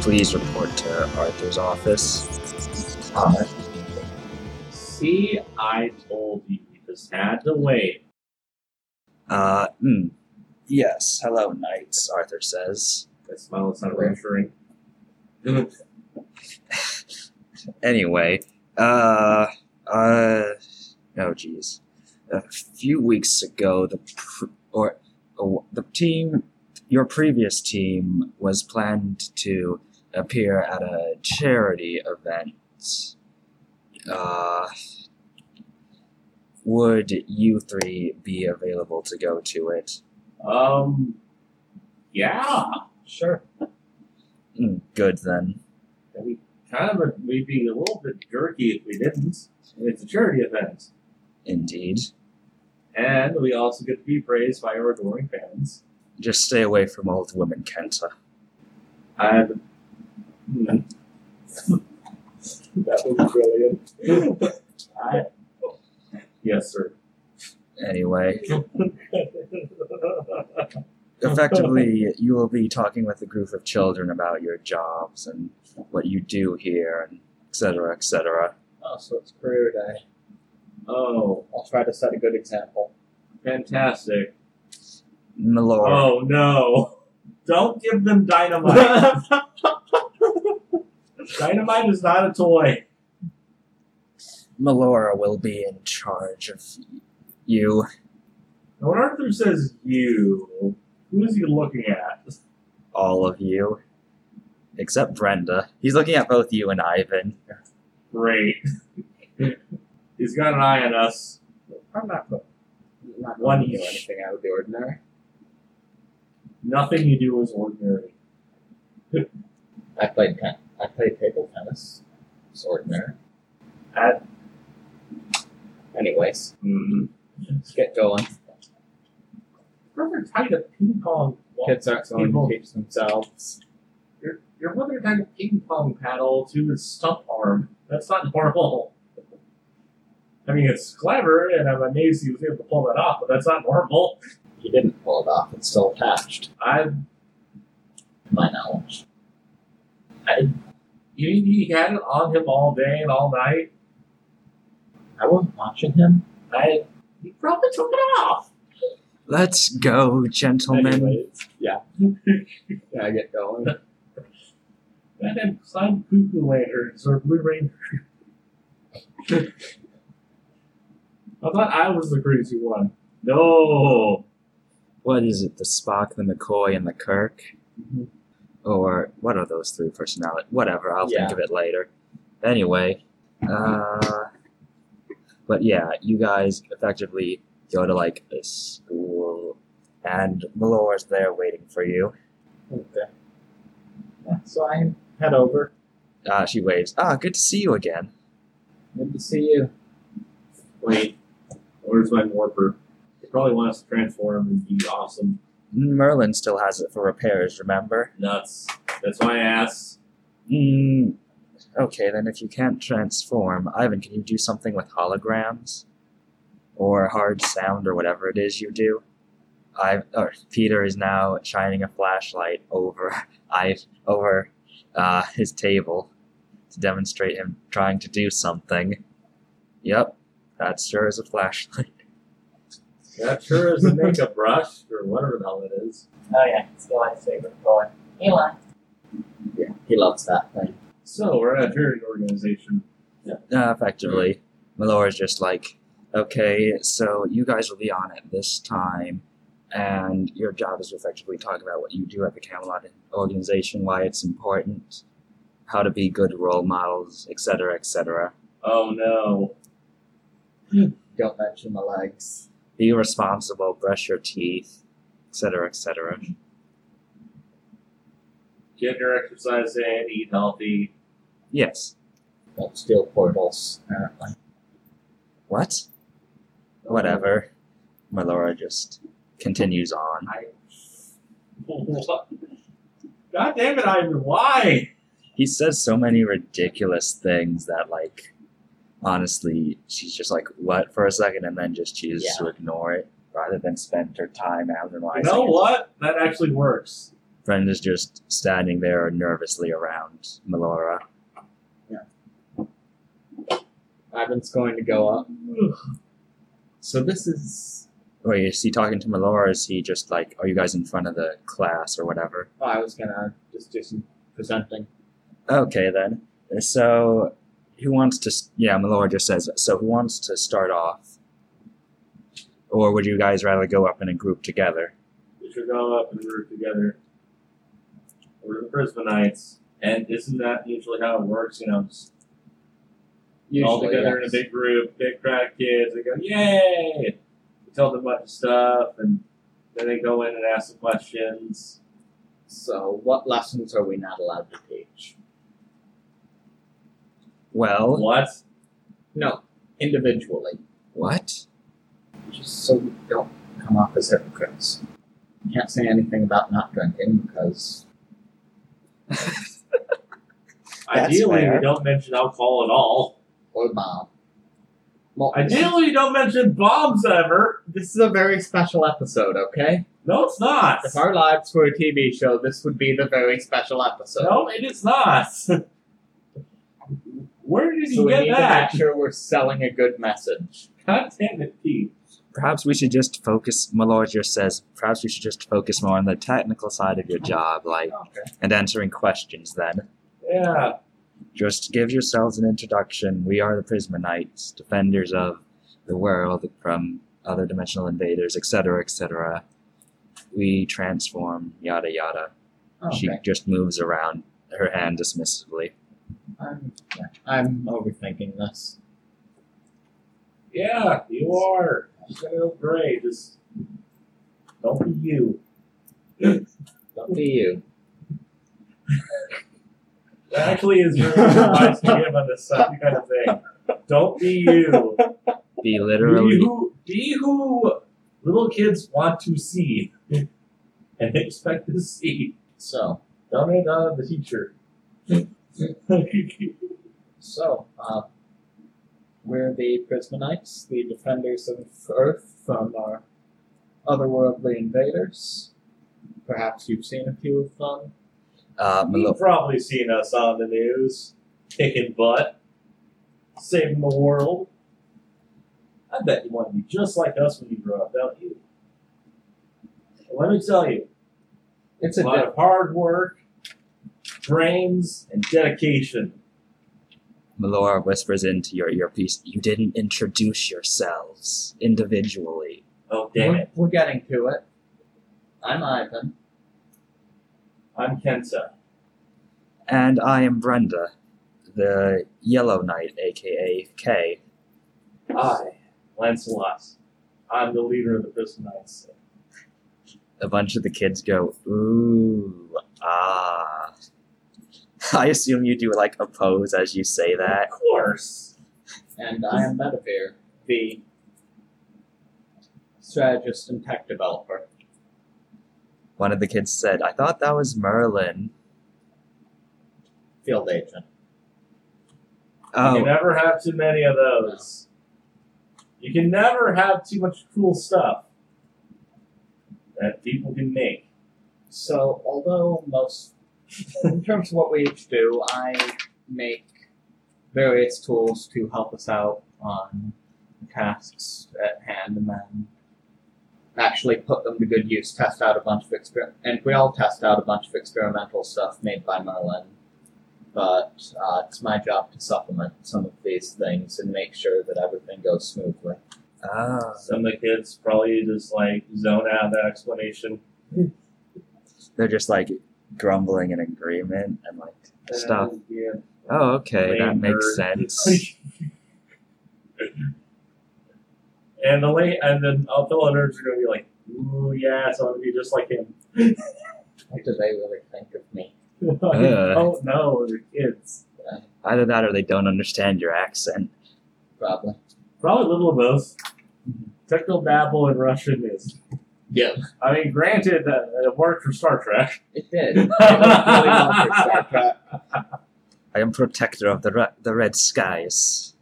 please report to Arthur's office. Uh, See, I told you you just had to wait. uh, hmm. Yes, hello, knights, Arthur says. That smile is not reassuring. Anyway, uh, uh, oh, geez. A few weeks ago, the pr- or oh, the team, your previous team, was planned to appear at a charity event. Uh, would you three be available to go to it? Um, yeah, sure. Mm, good then. And we kind of would- we'd be a little bit jerky if we didn't. It's a charity event, Indeed. and we also get to be praised by our adoring fans. Just stay away from old women, Kenta. And hmm. that was brilliant. I, yes, sir. Anyway. effectively you will be talking with a group of children about your jobs and what you do here and et cetera, et cetera. Oh, so it's career day. oh, I'll try to set a good example. fantastic! Milord, Oh no! Don't give them dynamite. dynamite is not a toy. Melora will be in charge of you. And when Arthur says you, who is he looking at? All of you. Except Brenda. He's looking at both you and Ivan. Great. He's got an eye on us. I'm not going not One going to do each. anything out of the ordinary. Nothing you do is ordinary. I played ten- I played table tennis. It's ordinary. I- Anyways, Mm. let's get going. Brother tied a ping pong. ball- Kids aren't going People- to teach themselves. Your your brother tied a ping pong paddle to his stump arm. That's not normal. I mean, it's clever, and I'm amazed he was able to pull that off, but that's not normal. You didn't pull it off. It's still attached. I, to My knowledge. you mean he had it on him all day and all night? I wasn't watching him. I, he probably took it off. Let's go, gentlemen. Anyways, yeah. yeah, I get going. And then climb cuckoo lanterns or blue ranger. I thought I was the crazy one. No. What is it? The Spock, the McCoy, and the Kirk? Or what are those three personality? Whatever, I'll think Yeah. of it later. Anyway, uh, but yeah, you guys effectively go to like a school, and Melora's there waiting for you. Okay. Yeah, so I head over. Uh, she waves. Ah, good to see you again. Good to see you. Wait. Where's my warper? They probably want us to transform and be awesome. Merlin still has it for repairs. Remember? Nuts. That's why I asked. Mm, okay, then if you can't transform, Ivan, can you do something with holograms? Or hard sound, or whatever it is you do? I, or Peter is now shining a flashlight over I, over uh, his table to demonstrate him trying to do something. Yep, that sure is a flashlight. That sure is a makeup brush or whatever the hell it is. Oh yeah, it's the lightsaber boy. Eli. Yeah, he loves that thing. So we're at a charity organization. Uh, effectively, Melora's just like, okay, so you guys will be on at this time, and your job is to effectively talk about what you do at the Camelot organization, why it's important, how to be good role models, etc., etc. Oh no. Don't mention the legs. Be responsible, brush your teeth, etc., etc. Get your exercise in, eat healthy. Yes. Don't steal portals. Apparently. What? Whatever. Melora just continues on. What? God damn it, Ivan, why? he says so many ridiculous things that like honestly she's just like what for a second and then just chooses to ignore it rather than spend her time You analyzing know it. what? That actually works. Brenda's just standing there nervously around Melora. Ivan's going to go up. Ugh. So this is. Wait, is he talking to Melora? Is he just like, are you guys in front of the class or whatever? oh, I was gonna just do some presenting. Okay, then. So, who wants to? s- Yeah, Melora just says. So, who wants to start off? Or would you guys rather go up in a group together? We should go up and root together. We're the Brisbaneites, and isn't that usually how it works? You know, just Usually, all together in a yes. big group, big crowd of kids. They go, yay! We tell them a bunch of stuff, and then they go in and ask some questions. So what lessons are we not allowed to teach? Oh, Well, What? No, individually, what? just so we don't come off as hypocrites. Can't say anything about not drinking because That's Ideally, fair. we don't mention alcohol at all. or mom. Well, Ideally, you don't mention bombs ever. This is a very special episode, okay? No, it's not. If our lives were a TV show, this would be the very special episode. No, it is not. Where did So you we get need that? to make sure we're selling a good message. God damn it, Pete. Perhaps we should just focus. Melora just says. Perhaps we should just focus more on the technical side of your job, like Okay. and answering questions. Then, Yeah. just give yourselves an introduction. We are the Prismanites, defenders of the world from other dimensional invaders, etc., etc. We transform, yada yada. She Oh, Okay. just moves around her hand dismissively. I'm, yeah, I'm overthinking this. Yeah, you are. She's gonna go gray. Just don't be you. Up to you. That actually is really advice to give on this sub- kind of thing. Don't be you. Be Be literally who, be who little kids want to see and expect to see. So, Don't hate on the teacher. so, uh, we're the Prismanites, the defenders of Earth from our otherworldly invaders. Perhaps you've seen a few of them. uh, Melo- You've probably seen us on the news, kicking butt, saving the world. I bet you want to be just like us when you grow up, don't you? Well, let me tell you, It's a a lot di- of hard work, brains, and dedication. Melora whispers into your earpiece. You didn't introduce yourselves individually. Oh, damn we're, it. we're getting to it. I'm Ivan. I'm Kenta. And I am Brenda, the Yellow Knight, aka K. I, Lancelot. I'm the leader of the Prison Knights. A bunch of the kids go, ooh, ah. I assume you do like a pose as you say that. Of course. And I am Metavir, the strategist and tech developer. One of the kids said, I thought that was Merlin. Field agent. You Oh, can never have too many of those. You can never have too much cool stuff that people can make. So, although most, in terms of what we each do, I make various tools to help us out on tasks at hand and then actually put them to good use, test out a bunch of exper And we all test out a bunch of experimental stuff made by Merlin. But uh, it's my job to supplement some of these things and make sure that everything goes smoothly. ah. Some of the kids probably just like zone out of that explanation. They're just like grumbling in agreement and like stuff. And, yeah. Oh, okay, that Lame makes nerd. sense. and the late, and then our fellow nerds are gonna be like, "Ooh, yes, I want to be just like him." What do they really think of me? oh no, they're kids. Either that or they don't understand your accent. Probably. Probably a little of both. Mm-hmm. Techno babble in Russian is. Yeah. I mean, granted, uh, that it worked for Star Trek. It did. It worked really well for Star Trek. I am protector of the re- the red skies.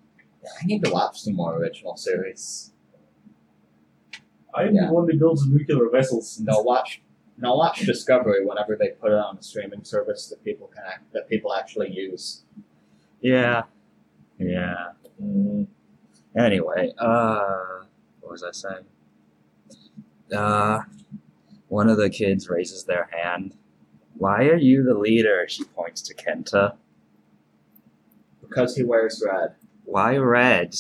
I need to watch some more original series. I am Yeah. the one that builds nuclear vessels. No, watch And I'll watch Discovery whenever they put it on a streaming service that people can act, that people actually use. Yeah. Yeah. Mm, Anyway, uh, what was I saying? Uh, one of the kids raises their hand. Why are you the leader? She points to Kenta. Because he wears red. Why red?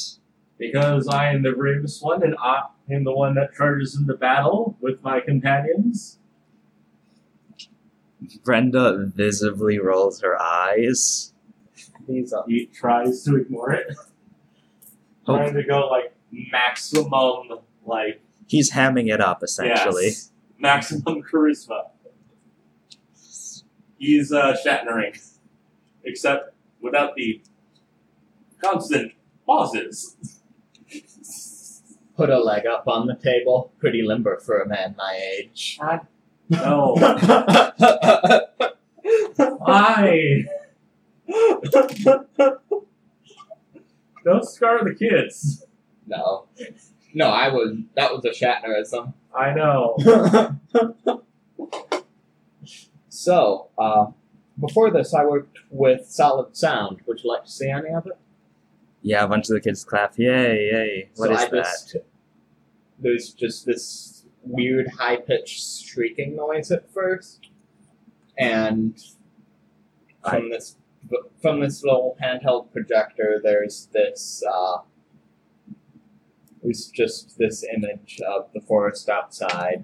Because I am the bravest one, and I am the one that charges into battle with my companions. Brenda visibly rolls her eyes. These are He tries to ignore it, trying to go like maximum, like He's hamming it up, essentially. yes, maximum charisma. He's uh, shattering, except without the constant pauses. put a leg up on the table. Pretty limber for a man my age. No, why? Don't scar the kids. no. No, I was that was a Shatnerism. I know. so, uh, before this I worked with Solid Sound. Would you like to see any of it? Yeah, a bunch of the kids clap. Yay, yay. What so is I that? Just, there's just this weird high pitched shrieking noise at first, and from this from this little handheld projector, there's this uh, there's just this image of the forest outside,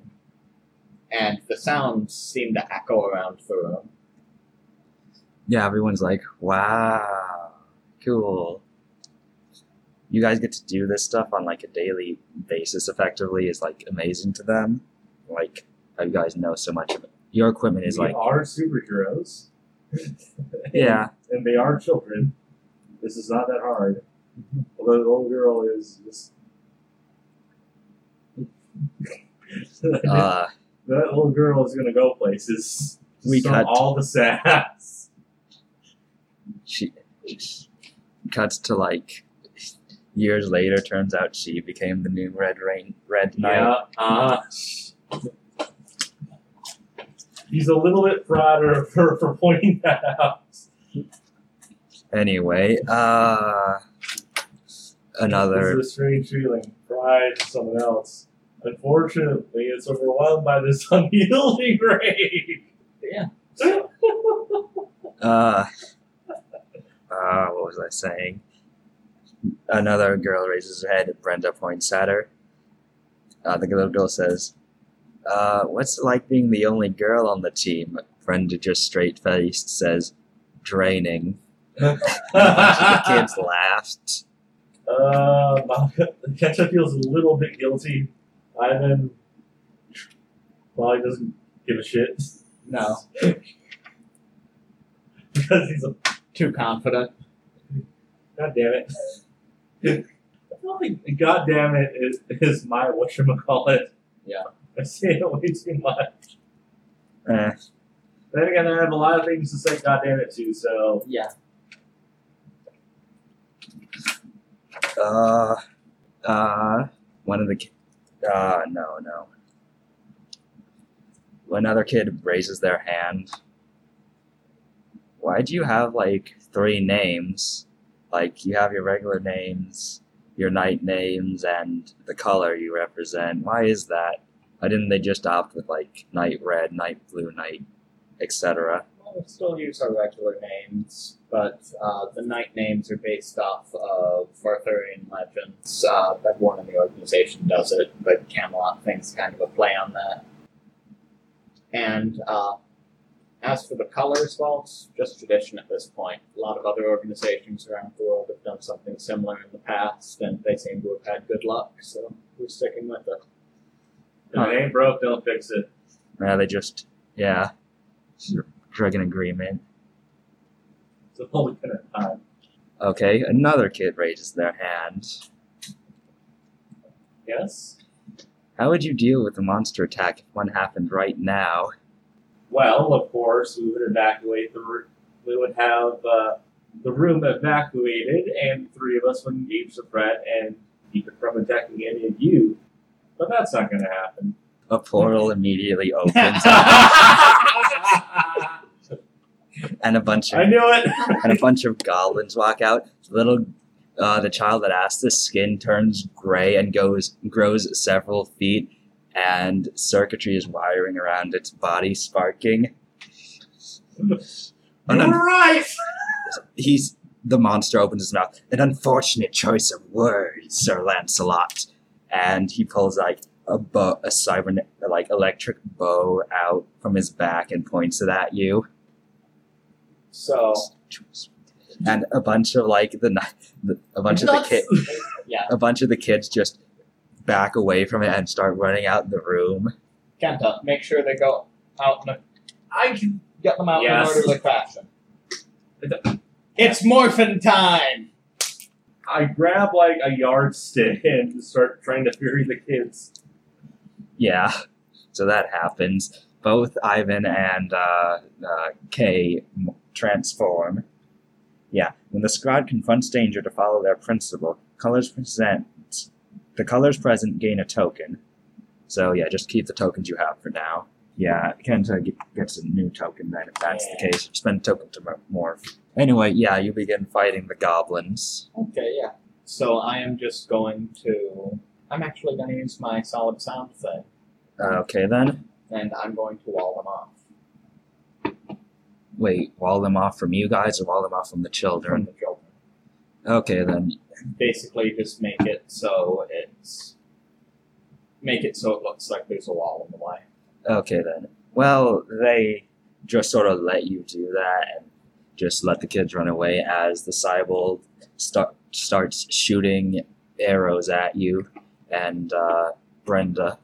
and the sounds seem to echo around the room. yeah, everyone's like, wow, cool. You guys get to do this stuff on like a daily basis effectively is like amazing to them. Like how you guys know so much of it. Your equipment is we like are superheroes. Yeah. and they are children. This is not that hard. Although the little girl is just. that Uh little girl is gonna go places. We Some- cut. all the sass. she cuts to like years later, turns out she became the new red rain red knight. Yeah. Uh, he's a little bit prouder for, for pointing that out. Anyway, uh another This is a strange feeling. Pride to someone else. Unfortunately, it's overwhelmed by this unyielding rage. Yeah. uh, uh, what was I saying? Another girl raises her head. Brenda points at her. Uh, the little girl says, uh, "What's it like being the only girl on the team?" Brenda just straight faced says, "Draining." A bunch of the kids laughed. Uh, Malca- Ketchup feels a little bit guilty. Ivan probably doesn't give a shit No, because he's a too confident. god damn it. I feel like god damn it is, is my whatchamacallit. Yeah. I say it way too much. Eh, Then again, I have a lot of things to say god damn it to, so Yeah, uh, uh, one of the, ki- uh, no, no. Another kid raises their hand. Why do you have like three names? Like you have your regular names, your knight names, and the color you represent. Why is that? Why didn't they just opt with like knight red, knight blue, knight, etc.? Well, we still use our regular names, but uh, the knight names are based off of Arthurian legends. Uh, everyone in the organization does it, but Camelot thing's kind of a play on that. And uh, as for the colors, well, it's just tradition at this point. A lot of other organizations around the world have done something similar in the past, and they seem to have had good luck, so we're sticking with it. if it ain't broke, don't fix it. Now they just yeah, drug an agreement. It's a whole kind of time. Okay, another kid raises their hand. Yes? How would you deal with a monster attack if one happened right now? Well, of course, we would evacuate the room. We would have uh, the room evacuated, and three of us would engage the threat and keep it from attacking any of you. But that's not going to happen. A portal immediately opens, I and a bunch of knew it. and a bunch of goblins walk out. The little, uh, the child that asked this skin turns gray and goes grows several feet, and circuitry is wiring around its body, sparking. An You un- were right. he's the monster opens his mouth. An unfortunate choice of words, Sir Lancelot, and he pulls like a bow, a cyber like electric bow out from his back and points it at you. So and a bunch of like the, ni- the a bunch of the Nuts. kid Yeah. a bunch of the kids just back away from it and start running out the room. Kenta, make sure they go out in a, I can. get them out Yes. in an orderly fashion. It's morphin time! I grab like a yardstick and start trying to bury the kids. Yeah, so that happens. Both Ivan and uh, uh, Kay m- transform. Yeah, when the squad confronts danger to follow their principle, colors present the colors present gain a token. So yeah, just keep the tokens you have for now. Yeah, Kenta g- gets a new token then if that's the case. Spend token to mo- morph. Anyway, yeah, you begin fighting the goblins. Okay, yeah. So I am just going to. I'm actually going to use my solid sound thing, Uh, okay then. and I'm going to wall them off. Wait, wall them off from you guys or wall them off from the from children? the children. Okay then. Basically, just make it so it's make it so it looks like there's a wall in the way. Okay then. Well, they just sort of let you do that and just let the kids run away as the cyborg start starts shooting arrows at you and uh, Brenda.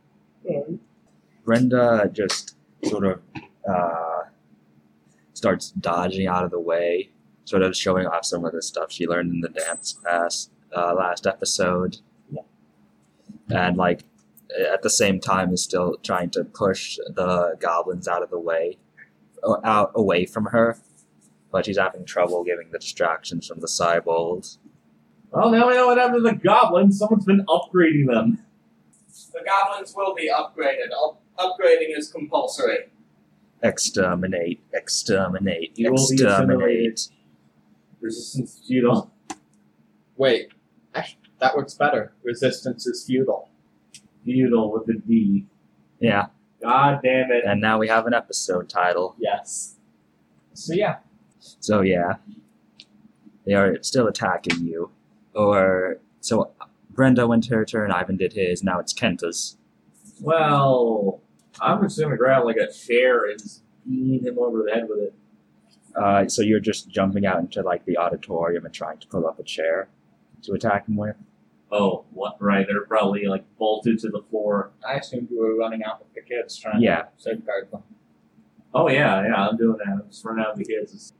Brenda just sort of uh, starts dodging out of the way, sort of showing off some of the stuff she learned in the dance class uh, last episode. And like at the same time is still trying to push the goblins out of the way, or out away from her. But she's having trouble giving the distractions from the cyborgs. Well, now we know what happened to the goblins. Someone's been upgrading them. The goblins will be upgraded. Up- upgrading is compulsory. Exterminate, exterminate, You will be exterminate. Resistance to feudal. Wait, actually, that works better. Resistance is futile. Feudal with a D. Yeah, God damn it. and now we have an episode title. Yes. So yeah, So yeah, they are still attacking you. Or so Brenda went her turn, Ivan did his. Now it's Kenta's. Well, I'm just gonna grab like a chair and just beat him over the head with it. Uh, so you're just jumping out into like the auditorium and trying to pull up a chair to attack him with. Oh, what? Right, they're probably like bolted to the floor. I assumed you were running out with the kids trying Yeah. to safeguard them. Oh yeah, yeah, I'm doing that. I'm just running out of the kids. Just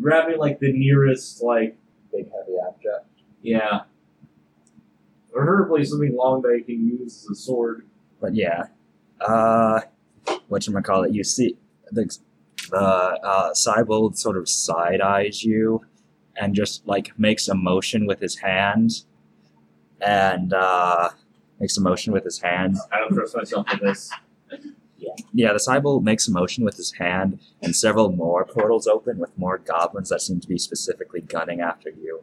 grabbing like the nearest like Big heavy object. yeah. Preferably something long that I can use as a sword. but yeah, uh, what you call it? You see the the uh, cyborg sort of side eyes you, and just like makes a motion with his hand, and uh, makes a motion with his hand. I don't trust myself with this. Yeah, the cyborg makes a motion with his hand, and several more portals open with more goblins that seem to be specifically gunning after you.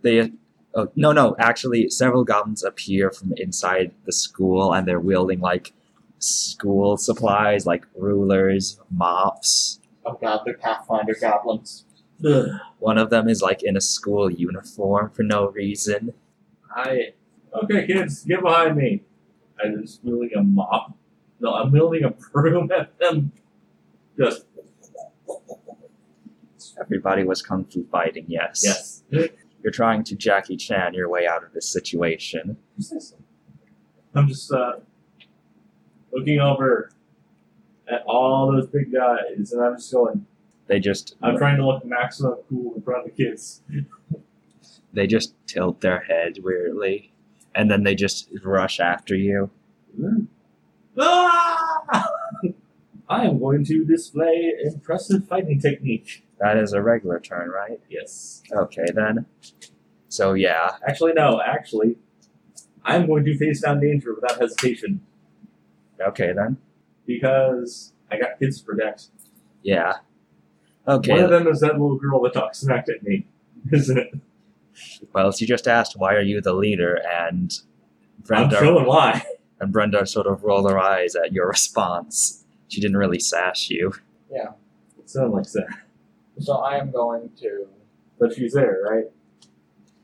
They. Oh, no, no, actually, several goblins appear from inside the school, and they're wielding, like, school supplies, like rulers, mops. Oh god, they're Pathfinder goblins. Ugh. One of them is, like, in a school uniform for no reason. I okay, kids, get behind me. I'm just wielding a mop. No, I'm wielding a broom at them. Just Everybody was kung fu fighting, yes. yes. You're trying to Jackie Chan your way out of this situation. I'm just uh, looking over at all those big guys, and I'm just going. They just I'm trying to look maximum cool in front of the kids. they just tilt their head weirdly and then they just rush after you Ah! I am going to display impressive fighting technique. that is a regular turn right Yes. okay then so yeah Actually, no. Actually, I'm going to face down danger without hesitation. Okay then. because I got kids for next. Yeah. Okay. One of them is that little girl that talks smack at me, isn't it? Well, she just asked, "Why are you the leader?" and Brenda I'm showing why. and Brenda sort of rolled her eyes at your response. She didn't really sash you. Yeah. It sounded like that. So I am going to. But she's there, right?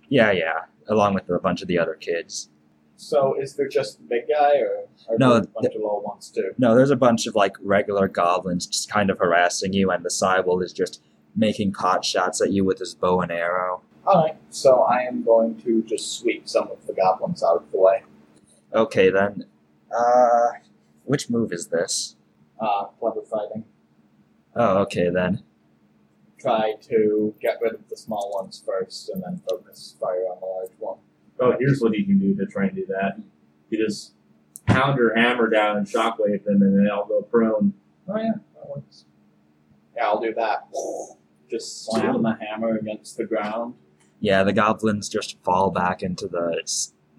Yeah, yeah. Along with a bunch of the other kids. So is there just the big guy, or are No, there a bunch of little ones too? No, there's a bunch of like regular goblins just kind of harassing you, and the Cybele is just making pot shots at you with his bow and arrow. All right. So I am going to just sweep some of the goblins out of the way. Okay then. Uh, which move is this? Uh, clever fighting. Oh, okay then. Try to get rid of the small ones first, and then focus fire on the large one. Oh, here's what you can do to try and do that. You just pound your hammer down and shockwave them, and then they'll go prone. Oh yeah, that works. Yeah, I'll do that. Just slam the hammer against the ground. Yeah, the goblins just fall back into the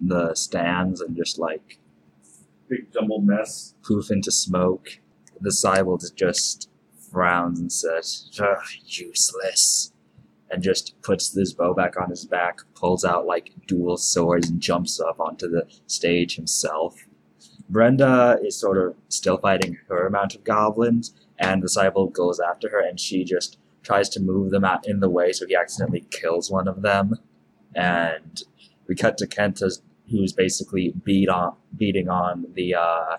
the stands and just like Big jumbled mess. poof into smoke. The Cybele just frowns and says, Ugh, useless. And just puts this bow back on his back, pulls out like dual swords, and jumps up onto the stage himself. Brenda is sort of still fighting her amount of goblins, and the Cybele goes after her, and she just tries to move them out in the way, so he accidentally kills one of them. And we cut to Kenta's, who's basically beat on, beating on the uh,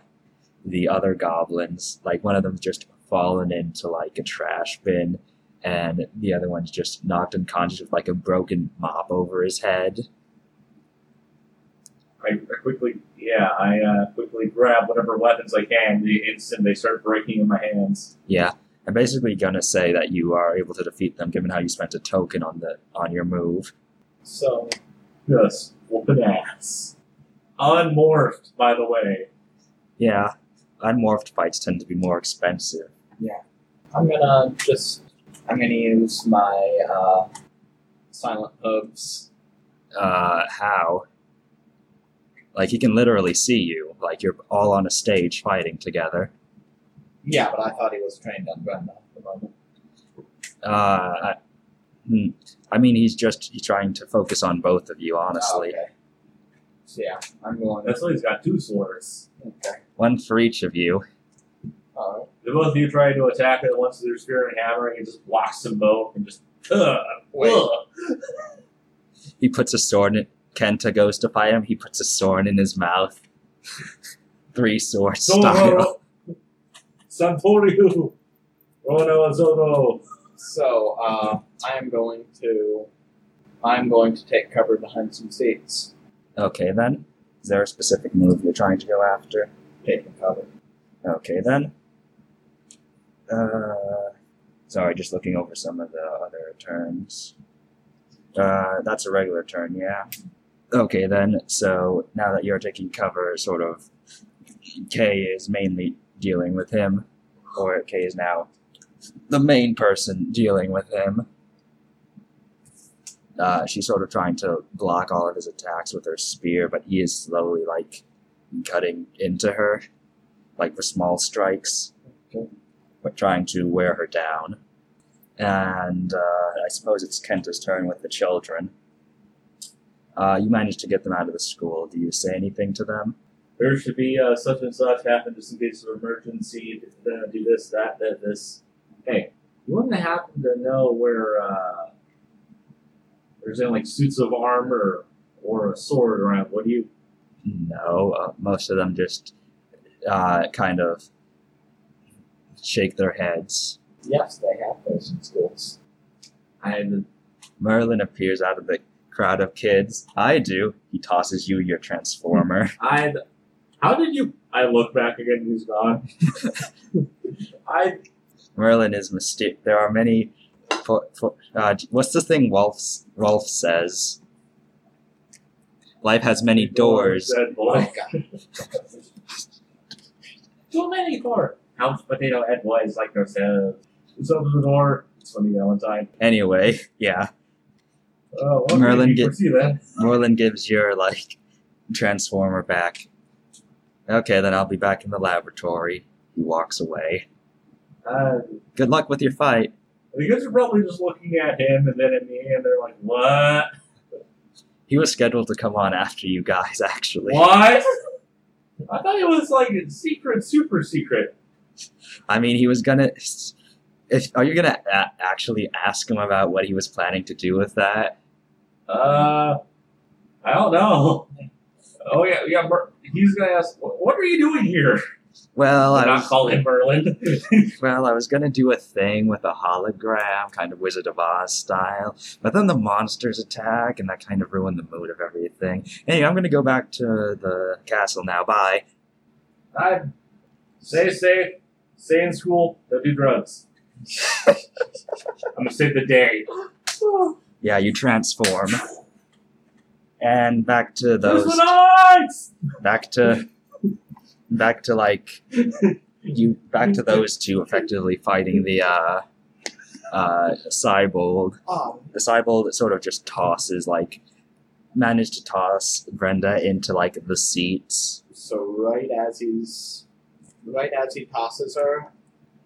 the other goblins. Like one of them's just fallen into like a trash bin, and the other one's just knocked unconscious with like a broken mop over his head. I, I quickly, yeah, I uh, quickly grab whatever weapons I can the instant they start breaking in my hands. Yeah, I'm basically gonna say that you are able to defeat them given how you spent a token on the on your move. So Just whooping ass. Unmorphed, by the way. Yeah, unmorphed fights tend to be more expensive. I'm gonna just I'm gonna use my uh, silent hooves. Uh, how? Like he can literally see you. Like you're all on a stage fighting together. Yeah, but I thought he was trained on Brenda at the moment. Uh, I, hmm. I mean, he's just he's trying to focus on both of you, honestly. Oh, okay. So yeah, I'm going. That's why he's got two swords. Okay. One for each of you. All right. The both of you trying to attack it once they're spear and hammering, and just blocks them both and just. Ugh, Wait. ugh. He puts a sword in Kenta goes to fight him, he puts a sword in his mouth. Three sword style. Zoro! Santoriu! Rono Zoro! So uh, I am going to I'm going to take cover behind some seats, Okay then. Is there a specific move you're trying to go after? taking cover. Okay then. Uh sorry, just looking over some of the other turns. Uh that's a regular turn, yeah. Okay then, so now that you're taking cover, sort of K is mainly dealing with him. Or K is now the main person dealing with him. Uh, she's sort of trying to block all of his attacks with her spear, but he is slowly like cutting into her like with small strikes, Okay. but trying to wear her down. And uh, I suppose it's Kenta's turn with the children. Uh, you managed to get them out of the school. Do you say anything to them? There should be uh, such and such happen just in case of emergency. Uh, do this, that, that, this. Hey, you wouldn't happen to know where uh, there's any like suits of armor or a sword around, would you? No, uh, most of them just uh, kind of shake their heads. Yes, they have those in schools. I am Merlin appears out of the crowd of kids. I do. He tosses you your transformer. I. How did you? I look back again. He's gone. I. Merlin is mystic. There are many. For, for, uh, what's the thing Rolf's, Rolf says? Life has many doors. Said, Oh, boy, God. too many doors. House potato head boys like ourselves. It's open the door. It's funny Valentine. Anyway, yeah. Oh, okay, Merlin you get- foresee that. Merlin gives your like transformer back. Okay, then I'll be back in the laboratory. He walks away. Uh, Good luck with your fight. the kids are probably just looking at him, and then in the end, they're like, "What? He was scheduled to come on after you guys, actually. What?" I thought it was like a secret, super secret. I mean, he was gonna. If are you gonna a- actually ask him about what he was planning to do with that? Uh, I don't know. Oh yeah, yeah. Mer- he's gonna ask, "What what are you doing here?" Well, I not was, call him Merlin. well, I was gonna do a thing with a hologram, kind of Wizard of Oz style, but then the monsters attack, and that kind of ruined the mood of everything. Anyway, I'm gonna go back to the castle now. Bye. I stay safe, stay in school, don't do drugs. I'm gonna save the day. Yeah, you transform, and back to Who's those. the knights? back to back to like you back to those two effectively fighting the uh uh cyborg Oh, the cyborg that sort of just tosses like managed to toss brenda into like the seats so right as he's right as he tosses her,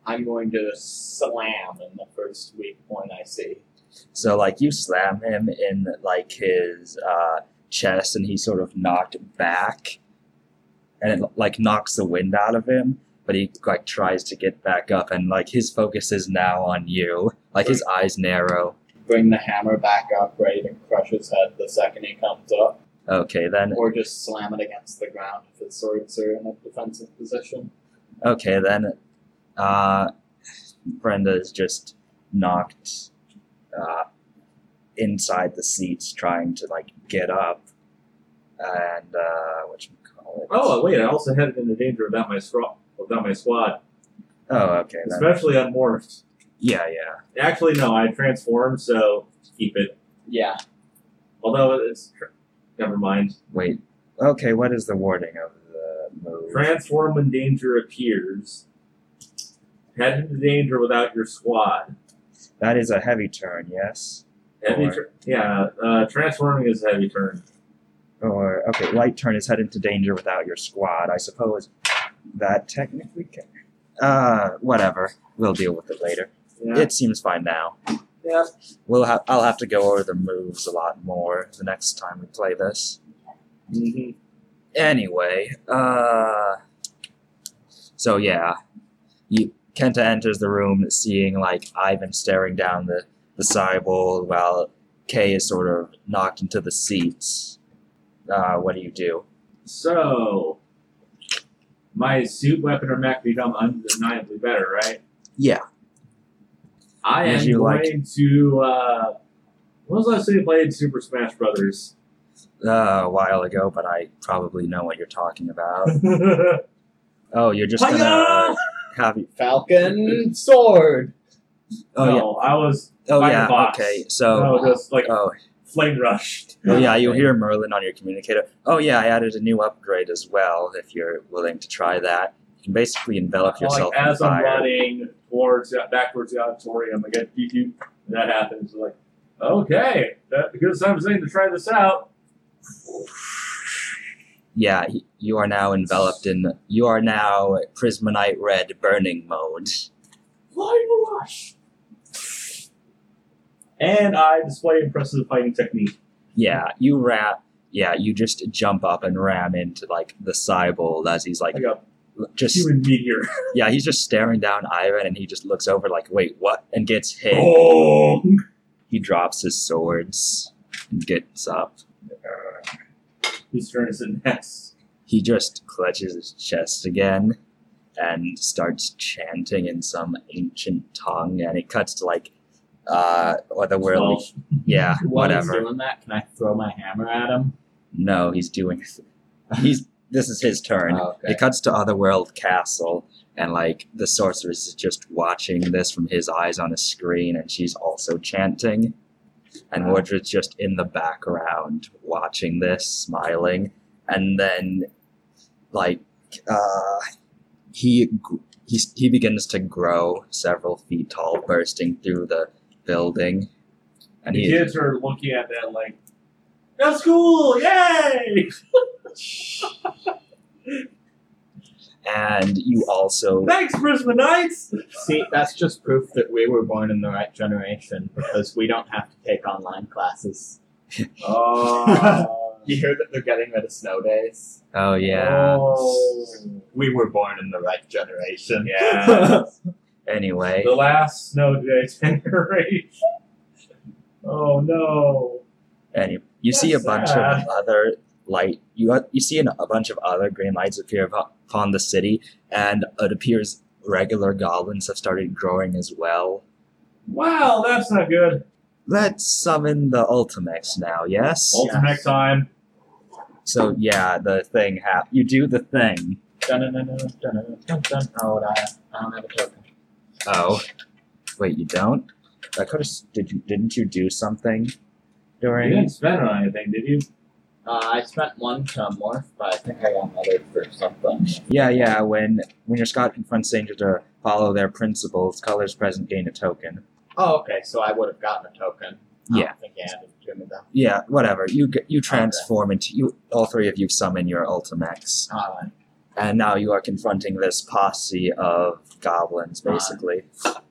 I'm going to slam in the first weak point I see. so like you slam him in like his uh chest and he's sort of knocked back and it like knocks the wind out of him but he like tries to get back up and like his focus is now on you like his eyes narrow Bring the hammer back up, ready to crush his head the second he comes up, Okay, then. or just slam it against the ground if his swords are in a defensive position. Okay, then. Uh, Brenda's just knocked uh, inside the seats, trying to like get up, and uh, what you call it? Oh wait, I also headed into danger without my straw, without my squad, Oh, okay. Then. especially unmorphed. Yeah, yeah. Actually, no, I transformed, so keep it. Yeah, Although it's never mind. Wait. Okay, what is the warning of the move? Transform when danger appears. Head into danger without your squad. that is a heavy turn, yes. Heavy Or- tr- yeah, uh, transforming is a heavy turn. Or okay, light turn is head into danger without your squad. I suppose that technically can. Uh, whatever. We'll deal with it later. Yeah. It seems fine now. yeah. We'll have I'll have to go over the moves a lot more the next time we play this. Mhm. Anyway, uh so yeah. You Kenta enters the room seeing like Ivan staring down the, the cyborg while Kay is sort of knocked into the seats. Uh what do you do? So, my suit, weapon, or mech become undeniably better, right? Yeah. I Would am you like- going to. Uh, when was the last time you played Super Smash Brothers? Uh, a while ago, but I probably know what you're talking about. Oh, you're just Hiya! gonna have you falcon sword. Oh yeah. no, I was Oh Fire yeah, box. okay. So no, just like oh flame rushed. Oh yeah, you'll hear Merlin on your communicator. Oh yeah, I added a new upgrade as well. If you're willing to try that, you can basically envelop yourself Oh, like, as in I'm fire. running towards backwards the auditorium, I get you, you, and that happens. Like, okay, that's a good time to try this out. Yeah, y- you are now enveloped in. You are now prismonite red burning mode. Flame rush. And I display impressive fighting technique. Yeah, you wrap. Yeah, you just jump up and ram into like the cyborg as he's like Like a just. human meteor. Yeah, he's just staring down Ivan, and he just looks over like, "Wait, what?" and gets hit. Oh! He drops his swords and gets up. Whose turn is it next? he just clutches his chest again and starts chanting in some ancient tongue and it cuts to like uh otherworldly Well, yeah While he's whatever doing that, can I throw my hammer at him? no he's doing he's this is his turn Oh, okay. it cuts to otherworld castle and like the sorceress is just watching this from his eyes on a screen and she's also chanting and Wow. Mordred's just in the background watching this smiling and then like uh he gr- he, s- he begins to grow several feet tall bursting through the building and the he kids are looking at that like, that's cool! Yay! and you also Thanks, Brisbane Knights! See, that's just proof that we were born in the right generation because we don't have to take online classes. Oh. You hear that they're getting rid of snow days? oh yeah Oh. We were born in the right generation. Yeah. anyway the last snow day generation. Oh no. and you, you see a That's bunch sad. of other light you you see an, a bunch of other green lights appear upo- upon the city and it appears regular goblins have started growing as well Wow, that's not good. let's summon the ultimax now yes Ultimate time. so yeah the thing hap- you do the thing Oh, I I don't have a token. oh wait you don't i could have did you didn't you do something You during didn't spend on anything, did you? Uh, I spent one to morph, I but think I got another for something. Yeah, yeah. When when your Scott confronts danger to follow their principles, colors present gain a token. oh, okay, so I would have gotten a token. I Yeah. don't think I added to me though. Yeah, whatever. You g- you transform into you. All three of you summon your Ultimax, All right. and now you are confronting this posse of goblins, basically.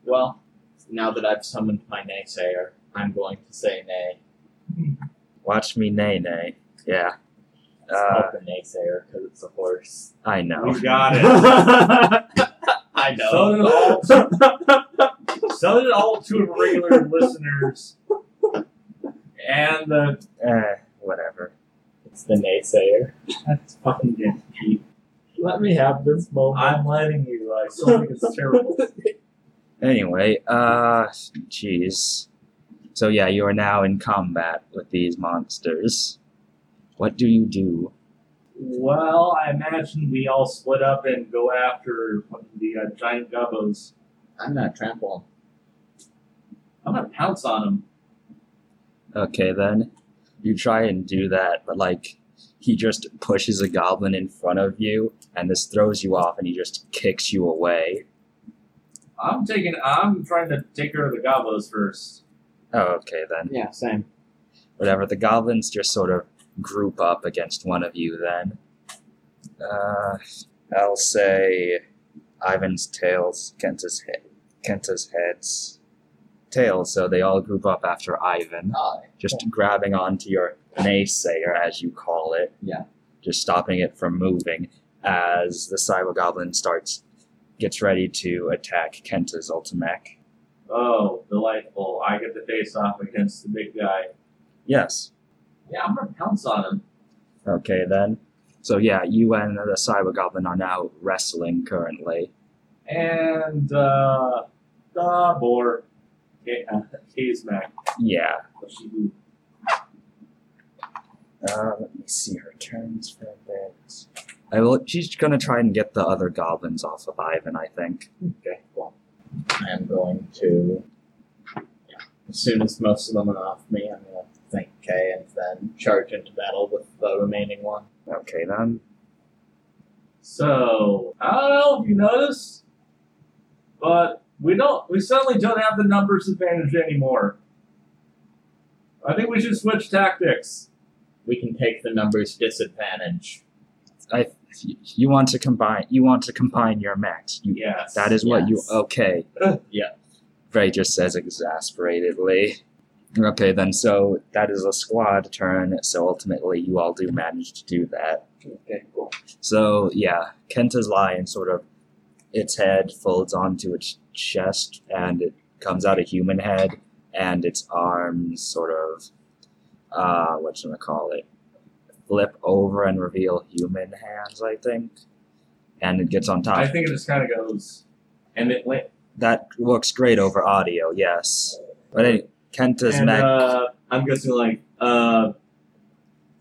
Well, now that I've summoned my naysayer, I'm going to say nay. Watch me, nay, nay. Yeah, It's uh, called the naysayer because it's a horse. I know. We got it. I know. Sell it all Sell it all to regular listeners. And uh, the Eh, whatever. It's the naysayer. that's fucking good. Let me have this moment. I'm letting you like something that's terrible. Anyway, uh, jeez. So yeah, you are now in combat with these monsters. What do you do? Well, I imagine we all split up and go after fucking the uh, giant gubbos. I'm gonna trample I'm gonna pounce on them. Okay, then you try and do that, but like he just pushes a goblin in front of you, and this throws you off, and he just kicks you away. I'm taking. I'm trying to take care of the goblos first. Oh, okay, then him. Yeah, same. whatever. The goblins just sort of group up against one of you. Then, uh, I'll say Ivan's tails, Kenta's head, Kenta's heads, tails. So they all group up after Ivan. Oh, just grabbing onto your naysayer, as you call it. Yeah. Just stopping it from moving as the cyber goblin starts, gets ready to attack Kenta's Ultimech. Oh, delightful! I get to face off against the big guy. Yes. Yeah, I'm gonna pounce on him. Okay then. So yeah, you and the cyber goblin are now wrestling currently. And uh, the boar, K- uh, Kazmak. Yeah. What's she do? Uh, let me see her turns for a bit. I will. She's gonna try and get the other goblins off of Ivan. I think. okay, cool. I am going to. As soon as most of them are off me, I'm gonna think, okay, and then charge into battle with the remaining one. Okay then. So I don't know if you noticed, but we don't. We suddenly don't have the numbers advantage anymore. I think we should switch tactics. We can take the numbers disadvantage. I. You want to combine. You want to combine your max. You Yes. That is what you. Yes. Okay. Yeah. Ray just says exasperatedly. Okay, then, so that is a squad turn, so ultimately you all do manage to do that. Okay, cool. So, yeah, Kenta's lion sort of, its head folds onto its chest and it comes out a human head, and its arms sort of, uh, whatchamacallit, flip over and reveal human hands, I think. And it gets on top I think it just kind of goes, and it went. that works great over audio, yes. But any, Kenta's and, Mac uh, I'm guessing like uh,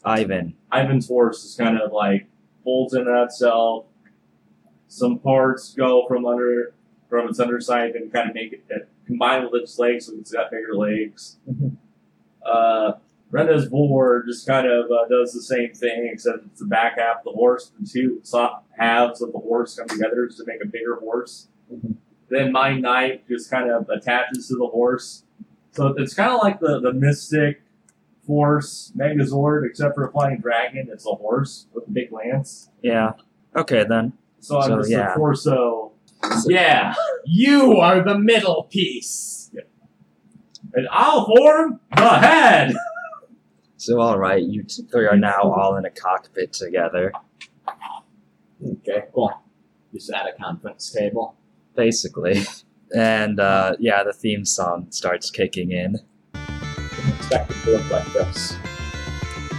Ivan. Ivan's horse is kind of like folds in on itself. Some parts go from under from its underside and kind of make it uh, combine with its legs, so it's got bigger legs. Mhm. Uh, Brenda's boar just kind of uh, does the same thing, except it's the back half of the horse. The two soft halves of the horse come together to make a bigger horse. Mhm. Then my knight just kind of attaches to the horse, so it's kind of like the the mystic Force, Megazord, except for a flying dragon. It's a horse with a big lance. Yeah. Okay then. So I'm So, just yeah. a torso. So- yeah, you are the middle piece. And I'll form the head. So, all right, you t- three are now all in a cockpit together, Okay, cool. Just at a conference table. basically. And uh, yeah, the theme song starts kicking in. Expected to look like this.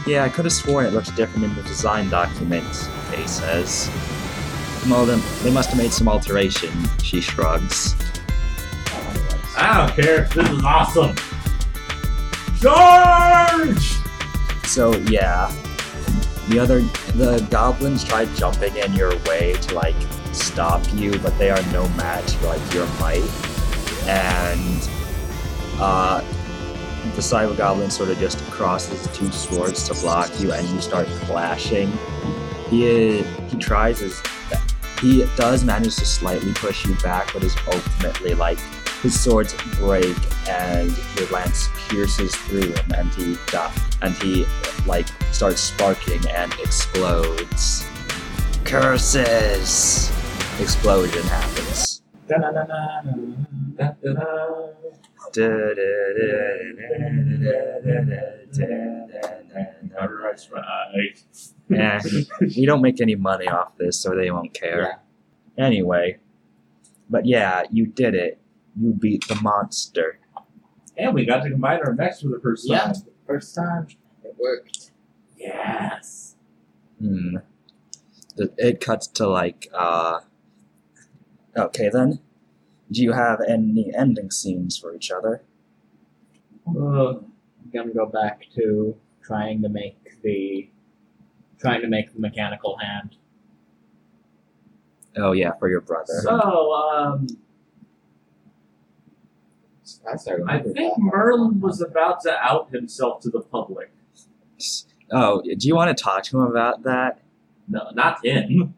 Yeah, I could have sworn it looked different in the design document, Faye says. Well, then, they must have made some alteration, she shrugs. I don't care. This is awesome. Charge! So yeah, the other the goblins try jumping in your way to like stop you, but they are no match for like your might. And uh, the cyber goblin sort of just crosses two swords to block you, and you start clashing. He he tries his he does manage to slightly push you back, but is ultimately like his swords break and your lance pierces through him, and he dies and he like starts sparking and explodes. Curses! Explosion happens. All right, right. Eh, we don't make any money off this, so they won't care. Anyway, but yeah, you did it. You beat the monster. And we got to combine our necks for the first Yeah. time. First time. It worked. Yes. Hmm. It- It cuts to like, uh. Okay then. Do you have any ending scenes for each other? Uh, I'm gonna go back to trying to make the trying to make the mechanical hand. Oh yeah, for your brother. so, um, That's I I remember think that. Merlin was about to out himself to the public. oh, do you want to talk to him about that? No, not him.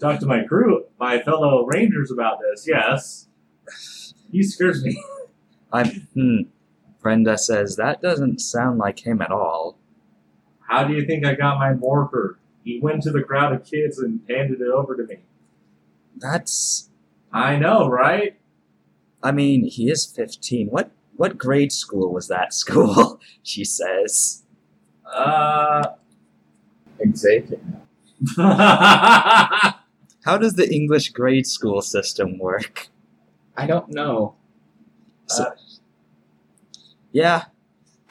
Talk to my crew, my fellow rangers about this. Yes. He scares me. I'm. Hmm. Brenda says that doesn't sound like him at all. How do you think I got my morpher? He went to the crowd of kids and handed it over to me. That's. I know, right? I mean, he is fifteen. What what grade school was that school? she says. Uh. Xavier. How does the English grade school system work? I don't know. Yeah.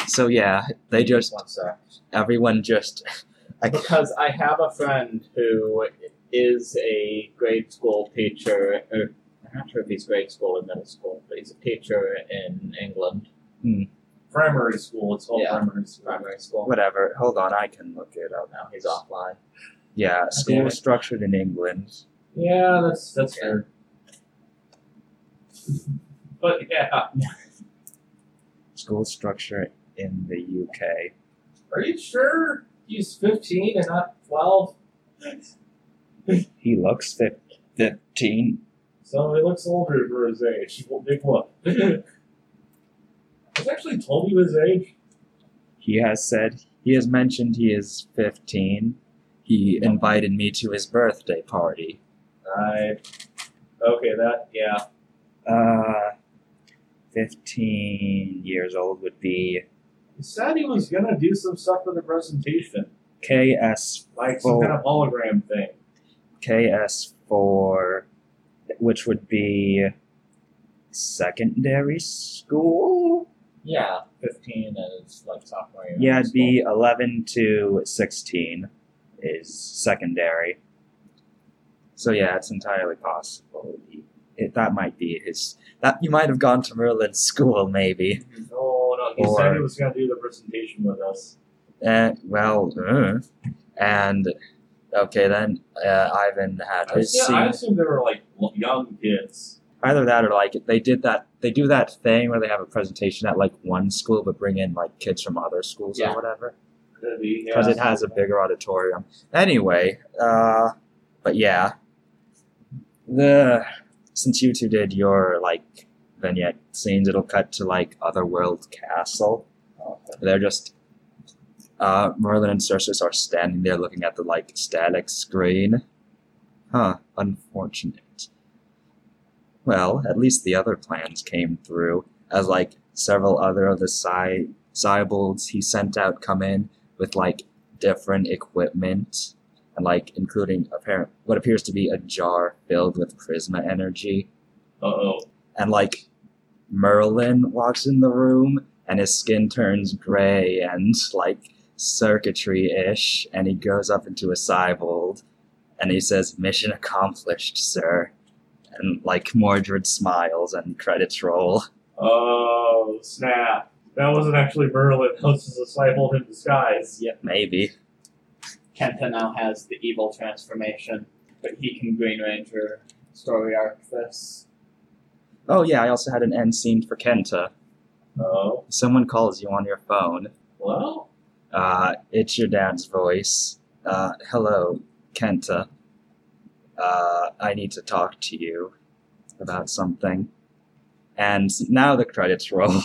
So yeah, they just One sec. everyone just. I c- Because I have a friend who is a grade school teacher, or I'm not sure if he's grade school or middle school, but he's a teacher in England, primary school. It's called Hmm. Yeah. primary school. primary school. whatever. Hold on, I can look it up. Now he's offline. Yeah, Damn school it. is structured in England. Yeah, that's that's Yeah. fair. But yeah, School structure in the UK. are you sure he's 15 and not 12? He looks fif- 15. So he looks older for his age. Well, Big look. Has actually told you his age. He has said, he has mentioned he is 15. He invited me to his birthday party. I okay. That yeah. Uh, 15 years old would be He said he was gonna do some stuff for the presentation, KS, like some Oh. kind of hologram thing. KS4, which would be secondary school? Yeah, 15 is like sophomore year. in Yeah, high it'd school. be 11 to 16 is secondary. So yeah, it's entirely possible. He- It, that might be his. That you might have gone to Merlin's school, maybe. No, no. He said he Or- was gonna do the presentation with us. Uh, well, uh, and okay then. Uh, Ivan had I, his assume- I scene. assume they were like l- young kids. Either that or like they did that. They do that thing where they have a presentation at like one school, but bring in like kids from other schools Yeah. or whatever. Could be, because yeah. it has a bigger auditorium. Anyway, uh, but yeah, the since you two did your like vignette scenes, it'll cut to like Otherworld Castle. They're just uh, Merlin and Cersus are standing there looking at the like static screen. Huh, unfortunate. Well, at least the other plans came through, as like several other of the cy- cybolds he sent out come in with like different equipment, and like including apparent what appears to be a jar filled with prisma energy, Uh oh. and like Merlin walks in the room, and his skin turns gray and like circuitry ish, and he goes up into a cybold, and he says, "Mission accomplished, sir." And like Mordred smiles and credits roll. Oh, snap. That wasn't actually Merlin. That was just a cyborg in disguise. Yep. Maybe. Kenta now has the evil transformation, but he can Green Ranger story arc this. Oh yeah, I also had an end scene for Kenta. Oh. Someone calls you on your phone. Well, Uh, it's your dad's voice. Uh, hello, Kenta. Uh, I need to talk to you about something. And now the credits roll.